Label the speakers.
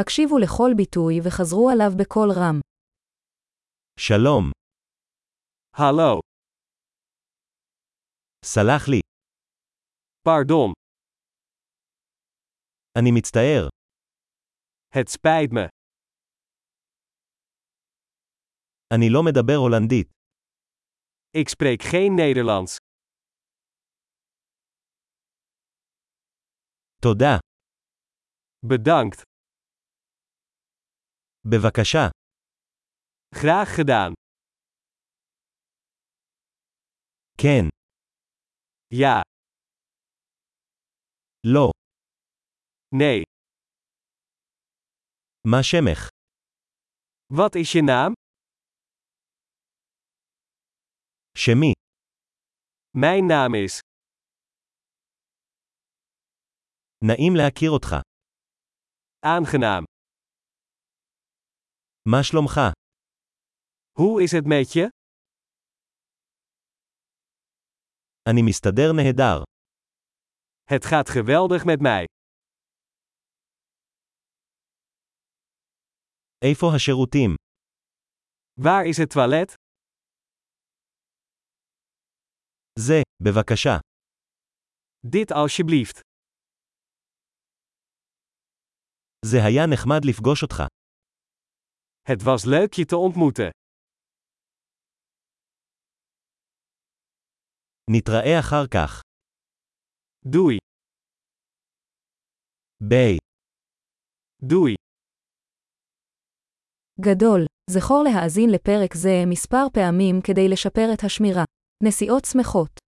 Speaker 1: הקשיבו לכל ביטוי וחזרו עליו בקול רם.
Speaker 2: שלום,
Speaker 3: Hallo,
Speaker 2: סלח לי,
Speaker 3: pardon,
Speaker 2: אני מצטער,
Speaker 3: het spijt me.
Speaker 2: אני לא מדבר הולנדית,
Speaker 3: Ik spreek geen Nederlands.
Speaker 2: תודה,
Speaker 3: Bedankt.
Speaker 2: בבקשה,
Speaker 3: Graag gedaan.
Speaker 2: כן,
Speaker 3: Ja,
Speaker 2: לא,
Speaker 3: nee.
Speaker 2: מה שמך,
Speaker 3: Wat is je naam?
Speaker 2: שמי,
Speaker 3: Mijn naam is.
Speaker 2: נעים להכיר אותך,
Speaker 3: Aangenaam.
Speaker 2: מה שלומך,
Speaker 3: Hoe is het met je?
Speaker 2: אני מסתדר נהדר,
Speaker 3: Het gaat geweldig met mij.
Speaker 2: איפה השירותים,
Speaker 3: Waar is het toilet?
Speaker 2: זה, בבקשה,
Speaker 3: Dit alsjeblieft.
Speaker 2: זה היה נחמד לפגוש אותך,
Speaker 3: Het was leuk je te ontmoeten.
Speaker 2: נתראה אחר כך,
Speaker 3: Doei,
Speaker 2: ביי,
Speaker 3: doei.
Speaker 1: גדול, זכור להאזין לפרק זה מספר פעמים כדי לשפר את השמירה. נסיעות שמחות